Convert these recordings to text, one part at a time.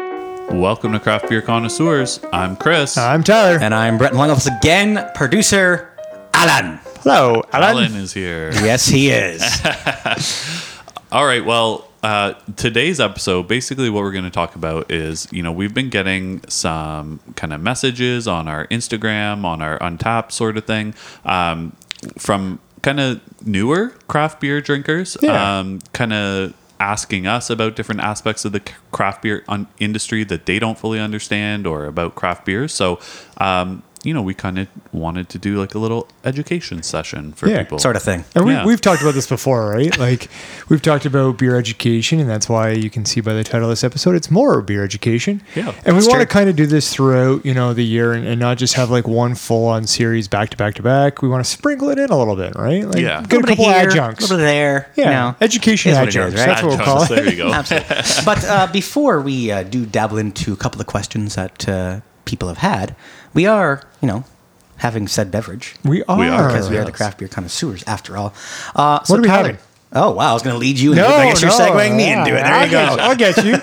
Welcome to Craft Beer Connoisseurs. I'm Chris. I'm Tyler. And I'm Brett along with us again, producer Alan. Hello, Alan. Alan is here. Yes, he is. All right. Well, uh, today's episode, basically, what we're going to talk about is you know, we've been getting some kind of messages on our Instagram, on our Untapped sort of thing um, from kind of newer craft beer drinkers, Yeah. um, kind of asking us about different aspects of the c- craft beer un- industry that they don't fully understand or about craft beers. So, um, you know, we kind of wanted to do like a little education session for Yeah, people. sort of thing. And we, Yeah. we've talked about this before, right? Like, we've talked about beer education, and that's why you can see by the title of this episode, it's more beer education. Yeah, And we it's want to true. kind of do this throughout, you know, the year and, and not just have like one full on series back to back to back. We want to sprinkle it in a little bit, right? Like, Yeah. Get a Little bit couple here, adjuncts. A little bit there. yeah. you know. Education Is what it is, adjuncts. right? That's what we'll call it. There you go. Absolutely. but uh, before we uh, do dabble into a couple of questions that uh, people have had, we are, you know, having said beverage We are. We are, because we are the Yes. craft beer connoisseurs after all. Uh, so are we Tyler- having? Oh, wow. I was going to lead you into it. but I guess you're segueing me into it. There I'll you go. Get, I'll get you.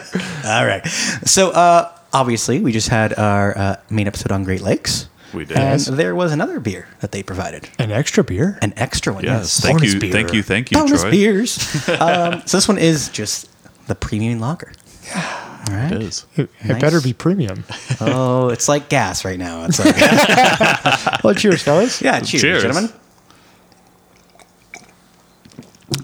All right. So uh, obviously, we just had our uh, main episode on Great Lakes. We did. And Yes. there was another beer that they provided, An extra beer. an extra one. Yes, Yes. thank Bonus you, beer. thank you, thank you, Bonus Troy. beers. um, so this one is just the premium lager. All right. It is. It, it Nice. better be premium. Oh, it's like gas right now. It's like well, cheers, fellas. yeah. Cheers, Cheers. gentlemen.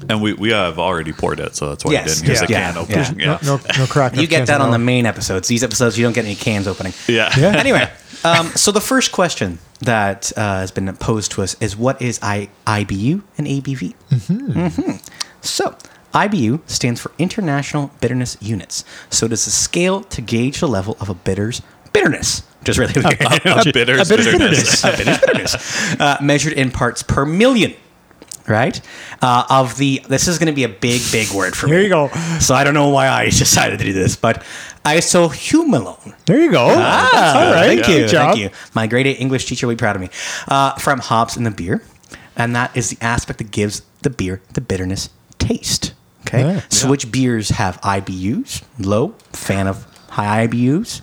And we, we have already poured it, so that's why Yes, you didn't use yeah, a can yeah, opener. yeah. Yeah. No, no, no crack. You of get cans that at on all. the main episodes. These episodes, you don't get any cans opening. Yeah. Yeah. anyway, um, so the first question that uh, has been posed to us is what is I- IBU and ABV? Mm-hmm. So, IBU stands for International Bitterness Units. So, it is a scale to gauge the level of a bitter's bitterness. Just really weird. A, bitter, bit of bitterness. A bitter's bitterness. Uh, measured in parts per million. Right? Uh, of the, this is going to be a big, big word for me. Here you go. So I don't know why I decided to do this, but isohumolone. There you go. Ah. all right. Thank you. Good job. Thank you. My grade A English teacher will be proud of me. Uh, from hops in the beer. And that is the aspect that gives the beer the bitterness taste. Okay. Yeah. So, which beers have IBUs? Low, fan of high IBUs.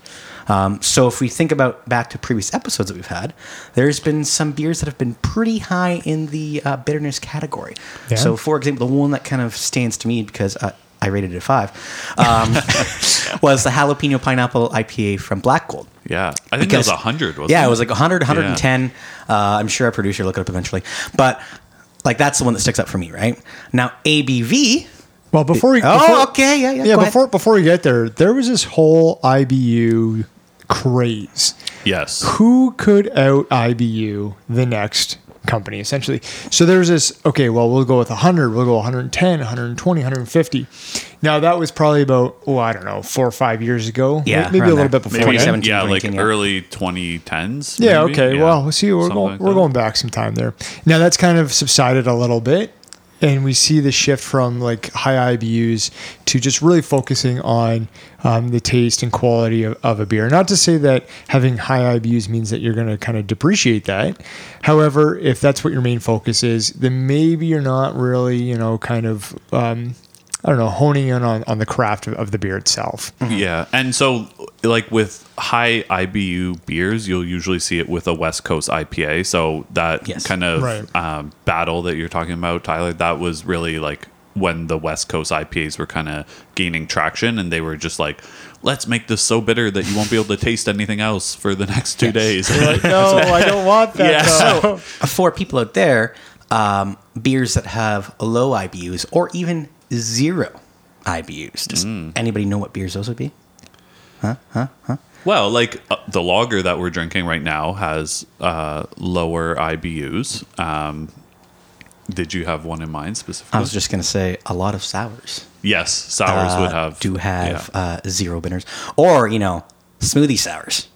Um, so, if we think about back to previous episodes that we've had, there's been some beers that have been pretty high in the uh, bitterness category. Yeah. So, for example, the one that kind of stands to me because uh, I rated it a five um, was the jalapeno pineapple IPA from Black Gold. Yeah, I think Because- it was hundred. Yeah, it was like 100, 110. Uh, I'm sure our producer will look it up eventually. But like that's the one that sticks up for me, right? Now ABV. Well, before we. Oh, before- okay, yeah, yeah, Yeah, go ahead. before before we get there, there was this whole IBU craze. Yes. Who could out IBU the next company, essentially? So there's this, okay, well, we'll go with 100, we'll go 110, 120, 150. Now, that was probably about, oh, I don't know, four or five years ago. Yeah, May- Maybe a around little there. bit before. Maybe, then. 2017, yeah, like 2018, yeah. early 2010s. Yeah. maybe? Okay. Yeah. Well, we'll see. We're Something going. like we're that. going back some time there. Now that's kind of subsided a little bit, and we see the shift from like high IBUs to just really focusing on um, the taste and quality of, of a beer. Not to say that having high IBUs means that you're going to kind of depreciate that. However, if that's what your main focus is, then maybe you're not really, you know, kind of. Um, I don't know, honing in on, on the craft of, of the beer itself. Yeah, and so like with high IBU beers, you'll usually see it with a West Coast IPA. So that Yes. kind of Right. um, battle that you're talking about, Tyler, that was really like when the West Coast IPAs were kind of gaining traction, and they were just like, "Let's make this so bitter that you won't be able to taste anything else for the next two days." No, I don't want that. Yeah. though. So for uh, people out there, um, beers that have low IBUs or even zero IBUs. Does Mm. anybody know what beers those would be? Well, like uh, the lager that we're drinking right now has uh, lower IBUs. Um, did you have one in mind specifically? I was just gonna say a lot of sours. yes, sours uh, would have do have yeah, uh, zero bitters or you know smoothie sours.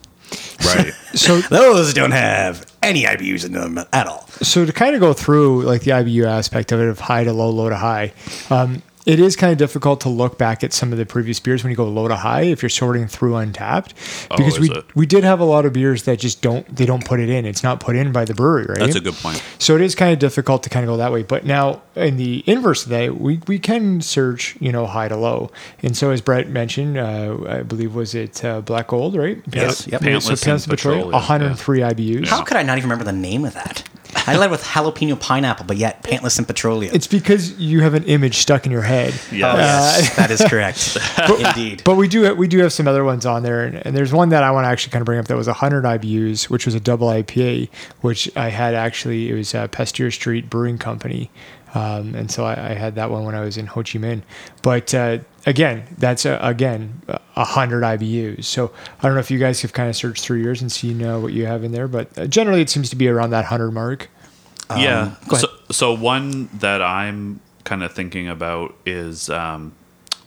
right. so Those don't have any IBUs in them at all. so to kind of go through like the IBU aspect of it, of high to low, low to high. Um, it is kind of difficult to look back at some of the previous beers when you go low to high if you're sorting through untapped because Oh, is we it? we did have a lot of beers that just don't they don't put it in. It's not put in by the brewery, right? That's a good point. Oh, So it is kind of difficult to kind of go that way. But now, in the inverse of that, we, we can search, you know, high to low. And so, as Brett mentioned, uh, I believe was it uh, Black Gold, right? Yes. Yep. So Pantless Pantless and Petroleum, Petroleum, 103 IBUs. Yeah. How could I not even remember the name of that? I led with jalapeno pineapple, but yet pantless and petroleum. It's because you have an image stuck in your head. Oh, Yes. yes, that is correct. Indeed. But we do we do have some other ones on there, and, and there's one that I want to actually kind of bring up that was 100 IBUs, which was a double IPA, which I had actually it was uh, Pasteur Street Brewing Company, um, and so I, I had that one when I was in Ho Chi Minh. But uh, again, that's uh again uh, 100 IBUs. So I don't know if you guys have kind of searched through yours and seen uh, what you have in there, but uh, generally it seems to be around that 100 mark. yeah. Um, go ahead. So, so one that I'm kind of thinking about is um,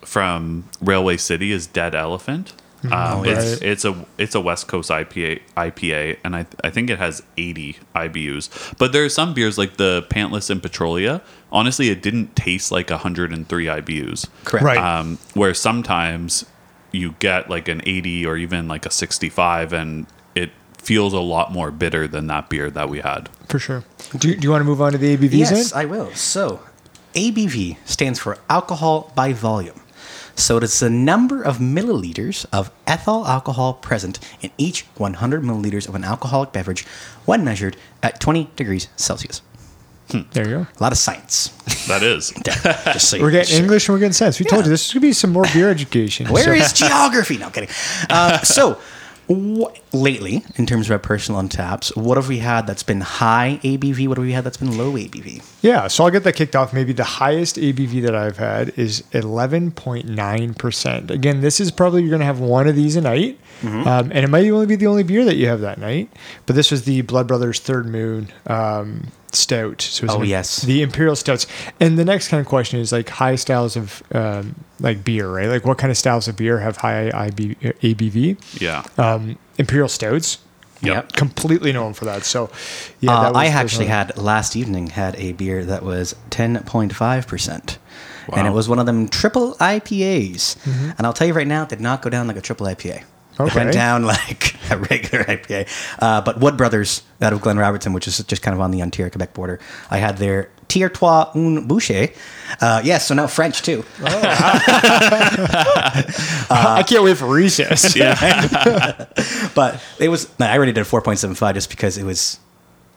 from Railway City is Dead Elephant. Mm-hmm. Um, Oh, it's right. it's a it's a West Coast IPA IPA, and I I think it has 80 IBUs. But there are some beers like the Pantless and Petrolia. Honestly, it didn't taste like 103 IBUs. Correct. Right. Um, where sometimes you get like an 80 or even like a 65, and it feels a lot more bitter than that beer that we had. For sure. Do, do you want to move on to the ABVs? Yes, um, then? I will. So, ABV stands for alcohol by volume. So, it is the number of milliliters of ethyl alcohol present in each 100 milliliters of an alcoholic beverage when measured at 20 degrees Celsius. there you go. A lot of science. That is. Just so you We're getting understand. English and we're getting sense. We told Yeah. you this is going to be some more beer education. Where So- is geography? No I'm kidding. Uh, so, wh- lately, in terms of our personal untaps, what have we had that's been high ABV? What have we had that's been low ABV? Yeah, so I'll get that kicked off. Maybe the highest ABV that I've had is 11.9%. Again, this is probably you're going to have one of these a night, Mm-hmm. um, and it might only be the only beer that you have that night. But this was the Blood Brothers Third Moon um, Stout. So it's Oh, an- yes. the Imperial Stouts. And the next kind of question is like high styles of um, like beer, right? Like what kind of styles of beer have high IB, ABV? Yeah. Um, Imperial Stouts, Yep. completely known for that. So yeah, Uh, that I was- actually was a- had last evening had a beer that was 10.5%. And it Wow. was one of them triple IPAs. And I'll tell you right now, it did not go down like a triple IPA. It Mm-hmm. Okay. went down like a regular IPA. Uh, but Wood Brothers out of Glen Robertson, which is just kind of on the Ontario Quebec border, I had their Tier Trois Un Boucher. Uh, yes, so now French too. I can't wait for recess. but it was no, I already did four point seven five just because it was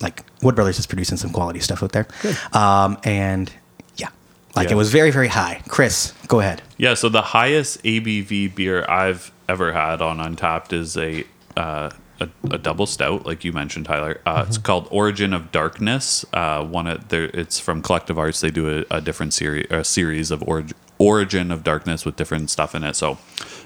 like Wood Brothers is producing some quality stuff out there. Um, and yeah, like Yeah. it was very very high. Chris, go ahead. Yeah, so the highest ABV beer I've ever had on Untapped is a uh, a, a double stout, like you mentioned, Tyler. Uh, It's called Origin of Darkness. Uh, one of their, it's from Collective Arts. They do a, a different series, a series of orig- Origin of Darkness with different stuff in it. So,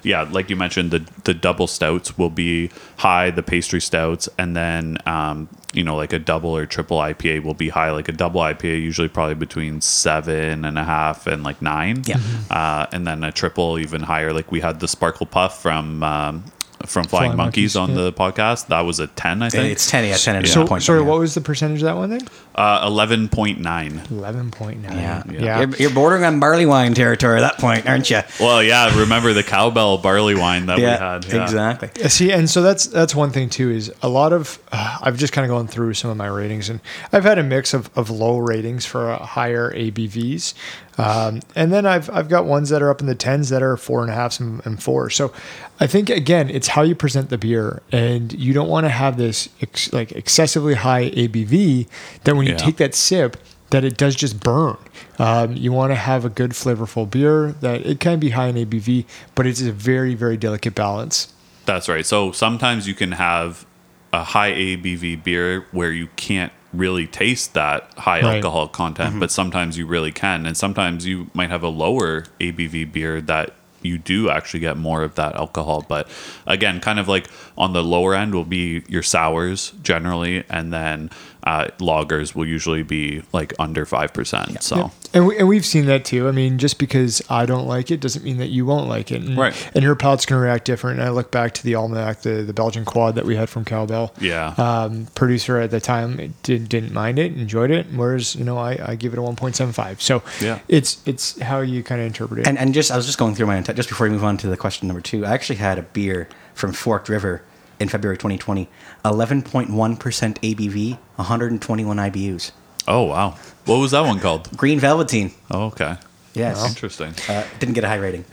yeah, like you mentioned, the the double stouts will be high, the pastry stouts, and then um, you know, like a double or triple IPA will be high. Like a double IPA usually probably between seven and a half and like nine Yeah. Mhm. uh, and then a triple even higher. Like we had the Sparkle Puff from um, from Flying, Flying Monkeys, Monkeys, on yeah. the podcast. That was a ten, I think. It's ten, yeah, ten and So, point. sorry, yeah. what was the percentage of that one then? uh, eleven point nine. Eleven point nine. yeah. yeah. You're, you're bordering on barley wine territory at that point, aren't you? Well, yeah. Remember the cowbell barley wine that we had? Yeah. exactly. Yeah, See, and so that's that's one thing too is a lot of uh, I've just kind of gone through some of my ratings, and I've had a mix of, of low ratings for uh, higher ABVs, um, and then I've I've got ones that are up in the tens that are four and a halfs and, and four. So I think again, it's how you present the beer, and you don't want to have this ex- like excessively high ABV that when you Yeah. take that sip. That it does just burn. Um, you want to have a good flavorful beer that it can be high in ABV, but it's a very, very delicate balance. That's right. So sometimes you can have a high ABV beer where you can't really taste that high Right. alcohol content, but sometimes you really can. And sometimes you might have a lower ABV beer that you do actually get more of that alcohol. But again, kind of like on the lower end will be your sours generally, and then uh, loggers will usually be like under five percent. So. And, we, and we've seen that too. I mean, just because I don't like it doesn't mean that you won't like it. And, Right. And your palate's going to react different. And I look back to the Almanac, the, the Belgian quad that we had from Cowbell. Yeah. Um, producer at the time did, didn't mind it, enjoyed it. Whereas, you know, I, I give it a 1.75. So Yeah. it's it's how you kind of interpret it. And and just I was just going through my entire just before we move on to the question number two. I actually had a beer from Forked River in February 2020, 11.1 percent ABV, 121 IBUs, Oh wow. What was that one called? green velveteen. Oh, okay. Yes, Interesting. uh, didn't get a high rating.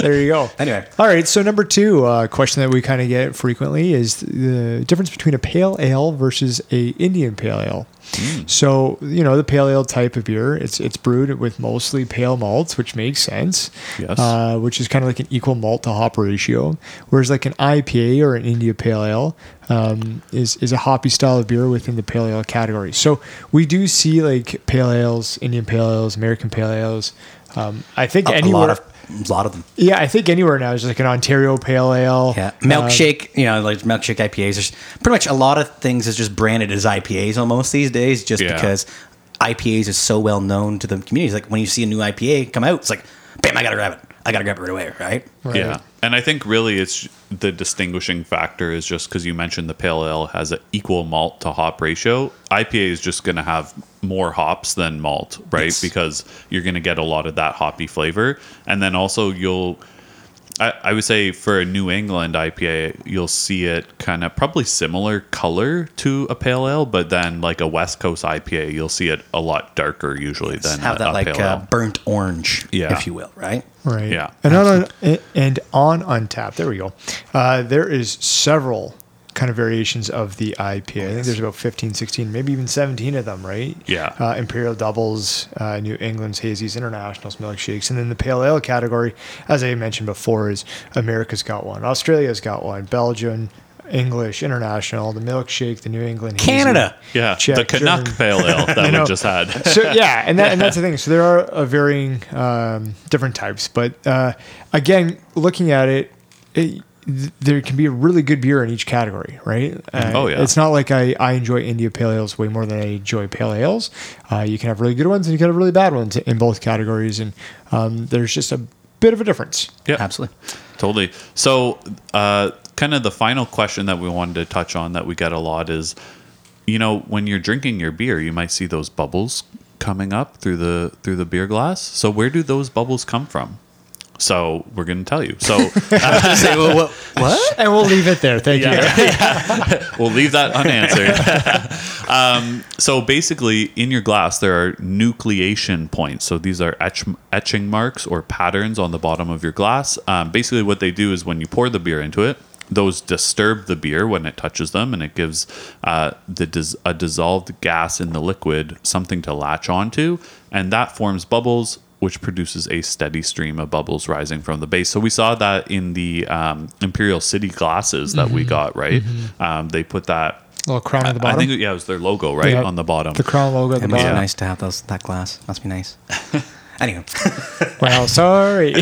there you go. Anyway. All right. So, number two uh, question that we kind of get frequently is the difference between a pale ale versus a Indian pale ale. Mm. So, you know, the pale ale type of beer, it's it's brewed with mostly pale malts, which makes sense. Yes. Uh, which is kind of like an equal malt to hop ratio. Whereas, like an IPA or an India pale ale um, is, is a hoppy style of beer within the pale ale category. So, we do see like pale ales, Indian pale ales, American pale ales. Um, I think A, a anywhere. lot of a lot of them. Yeah, I think anywhere now is like an Ontario Pale Ale. Yeah, Um, milkshake. you know, like milkshake IPAs. There's pretty much a lot of things is just branded as IPAs almost these days, just Yeah. because IPAs is so well known to the community. Like when you see a new IPA come out, it's like, bam, I gotta grab it. I gotta grab it right away, right? right. Yeah. And I think really it's the distinguishing factor is just because you mentioned the pale ale has an equal malt to hop ratio. IPA is just going to have more hops than malt, right? Yes. Because you're going to get a lot of that hoppy flavor. And then also you'll. I, I would say for a New England IPA, you'll see it kind of probably similar color to a pale ale, but then like a West Coast IPA, you'll see it a lot darker usually than have a, that a like pale uh, ale. burnt orange, Yeah. if you will, right? Right. Yeah. And on and on Untapped, there we go. Uh, there is several kind of variations of the IPA. I think there's about 15, 16, maybe even 17 of them, right? Yeah. Uh, Imperial Doubles, uh, New England's Hazies, Internationals, Milkshakes. And then the Pale Ale category, as I mentioned before, is America's got one, Australia's got one, Belgian, English, International, the Milkshake, the New England Hazy, Canada. yeah, the Czech, Canuck German- pale ale I that know. we just had. so yeah, and that, and that's the thing. So there are uh, varying um, different types, but uh, again, looking at it, it, th- there can be a really good beer in each category, right? Uh, Oh, yeah. It's not like I, I enjoy India pale ales way more than I enjoy pale ales. Uh, you can have really good ones and you can have really bad ones in both categories, and um, there's just a bit of a difference. Yep. Absolutely. Totally. So, uh, kind of the final question that we wanted to touch on that we get a lot is, you know, when you're drinking your beer, you might see those bubbles coming up through the through the beer glass. So, where do those bubbles come from? So, we're going to tell you. So, uh, What? And we'll leave it there. Thank you. we'll leave that unanswered. um, so basically, in your glass, there are nucleation points. So these are etch- etching marks or patterns on the bottom of your glass. Um, basically, what they do is when you pour the beer into it, those disturb the beer when it touches them, and it gives uh, the dis- a dissolved gas in the liquid something to latch onto, and that forms bubbles. Which produces a steady stream of bubbles rising from the base. So we saw that in the um, Imperial City glasses that we got. Right, um, they put that little crown on the I bottom. think yeah, it was their logo right Yeah. on the bottom. The crown logo at the It must bottom. be nice to have those that glass. Must be nice. anyway, Well, sorry.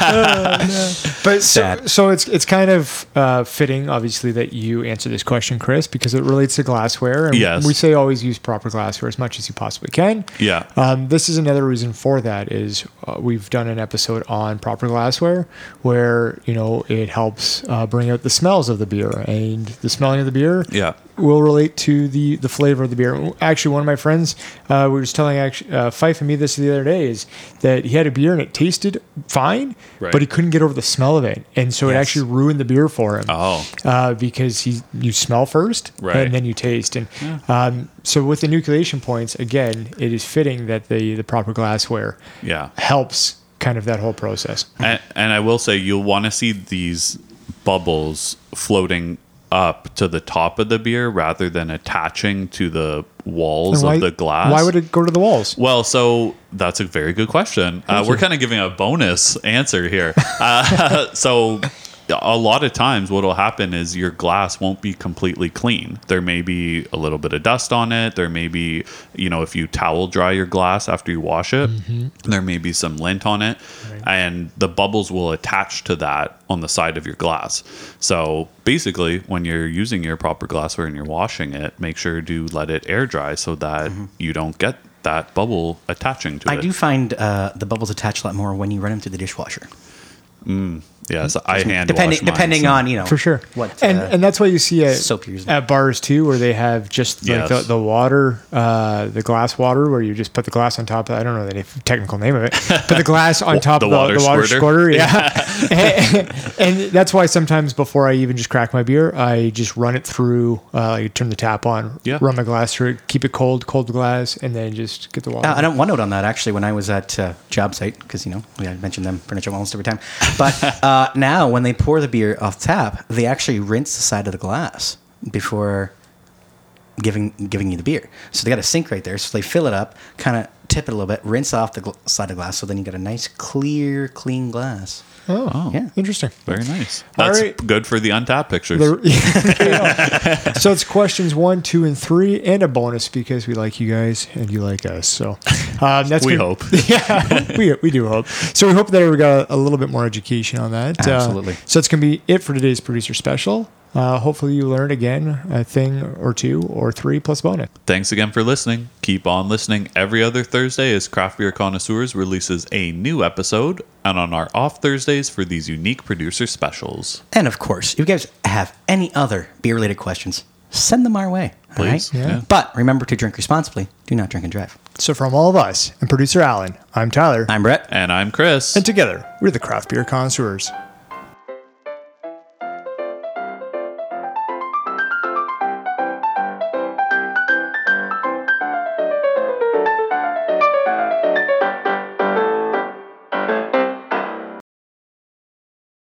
Oh, no. But so, Sad. so it's it's kind of uh, fitting, obviously, that you answer this question, Chris, because it relates to glassware. And Yes. we say always use proper glassware as much as you possibly can. Yeah. Um, this is another reason for that is uh, we've done an episode on proper glassware where you know it helps uh, bring out the smells of the beer and the smelling of the beer Yeah. will relate to the the flavor of the beer. Actually, one of my friends uh, was telling actually, uh, Fife and me this the other day is that he had a beer and it tasted fine, Right. but he couldn't get over the smell of it, and so it Yes. actually ruined the beer for him. Oh. uh, because he you smell first, Right. and then you taste, and um, so with the nucleation points, again, it is fitting that the the proper glassware Yeah. helps kind of that whole process. And, and I will say you'll want to see these bubbles floating up to the top of the beer rather than attaching to the walls of the glass. Why would it go to the walls? Well, so that's a very good question. Uh, we're kind of giving a bonus answer here. Uh, so a lot of times what will happen is your glass won't be completely clean there may be a little bit of dust on it there may be you know if you towel dry your glass after you wash it Mm-hmm. there may be some lint on it and the bubbles will attach to that on the side of your glass so basically when you're using your proper glassware and you're washing it make sure to let it air dry so that you don't get that bubble attaching to Mm-hmm. I it do find uh, the bubbles attach a lot more when you run them through the dishwasher. yes i hand Depending wash mine, depending so- on you know for sure. what and uh, and that's why you see at, soap you're using. at bars too, where they have just like the, Yes. the water, uh, the glass water, where you just put the glass on top. Of, I don't know the na- technical name of it, but the glass on top the of the water the water squirter? squirter. Yeah, and, and that's why sometimes before I even just crack my beer, I just run it through. Uh, like turn the tap on, Yeah. run my glass through, it, keep it cold, cold the glass, and then just get the water. Uh, I don't one note on that actually. When I was at uh, job site, because you know we I mentioned them pretty much almost every time. But uh, now when they pour the beer off tap, they actually rinse the side of the glass before giving giving you the beer. So they got a sink right there. So they fill it up, kind of tip it a little bit, rinse off the gl- side of the glass. So then you got a nice clear, clean glass. oh, Oh. Yeah. interesting. Very nice. All That's right. good for the untapped pictures. The- Yeah. so it's questions one, two, and three, and a bonus because we like you guys and you like us. So um, that's We gonna- hope. Yeah, we, we do hope. So we hope that we got a little bit more education on that. Uh, Absolutely. so that's gonna be it for today's producer special. Uh, hopefully you learned again a thing or two or three plus bonus. Thanks again for listening. Keep on listening every other Thursday as Craft Beer Connoisseurs releases a new episode, and on our off Thursdays for these unique producer specials. And of course, if you guys have any other beer related questions, send them our way. all right? Please. Yeah. But remember to drink responsibly. Do not drink and drive. So from all of us and producer Alan, I'm Tyler, I'm Brett. And I'm Chris. and together we're the craft beer connoisseurs.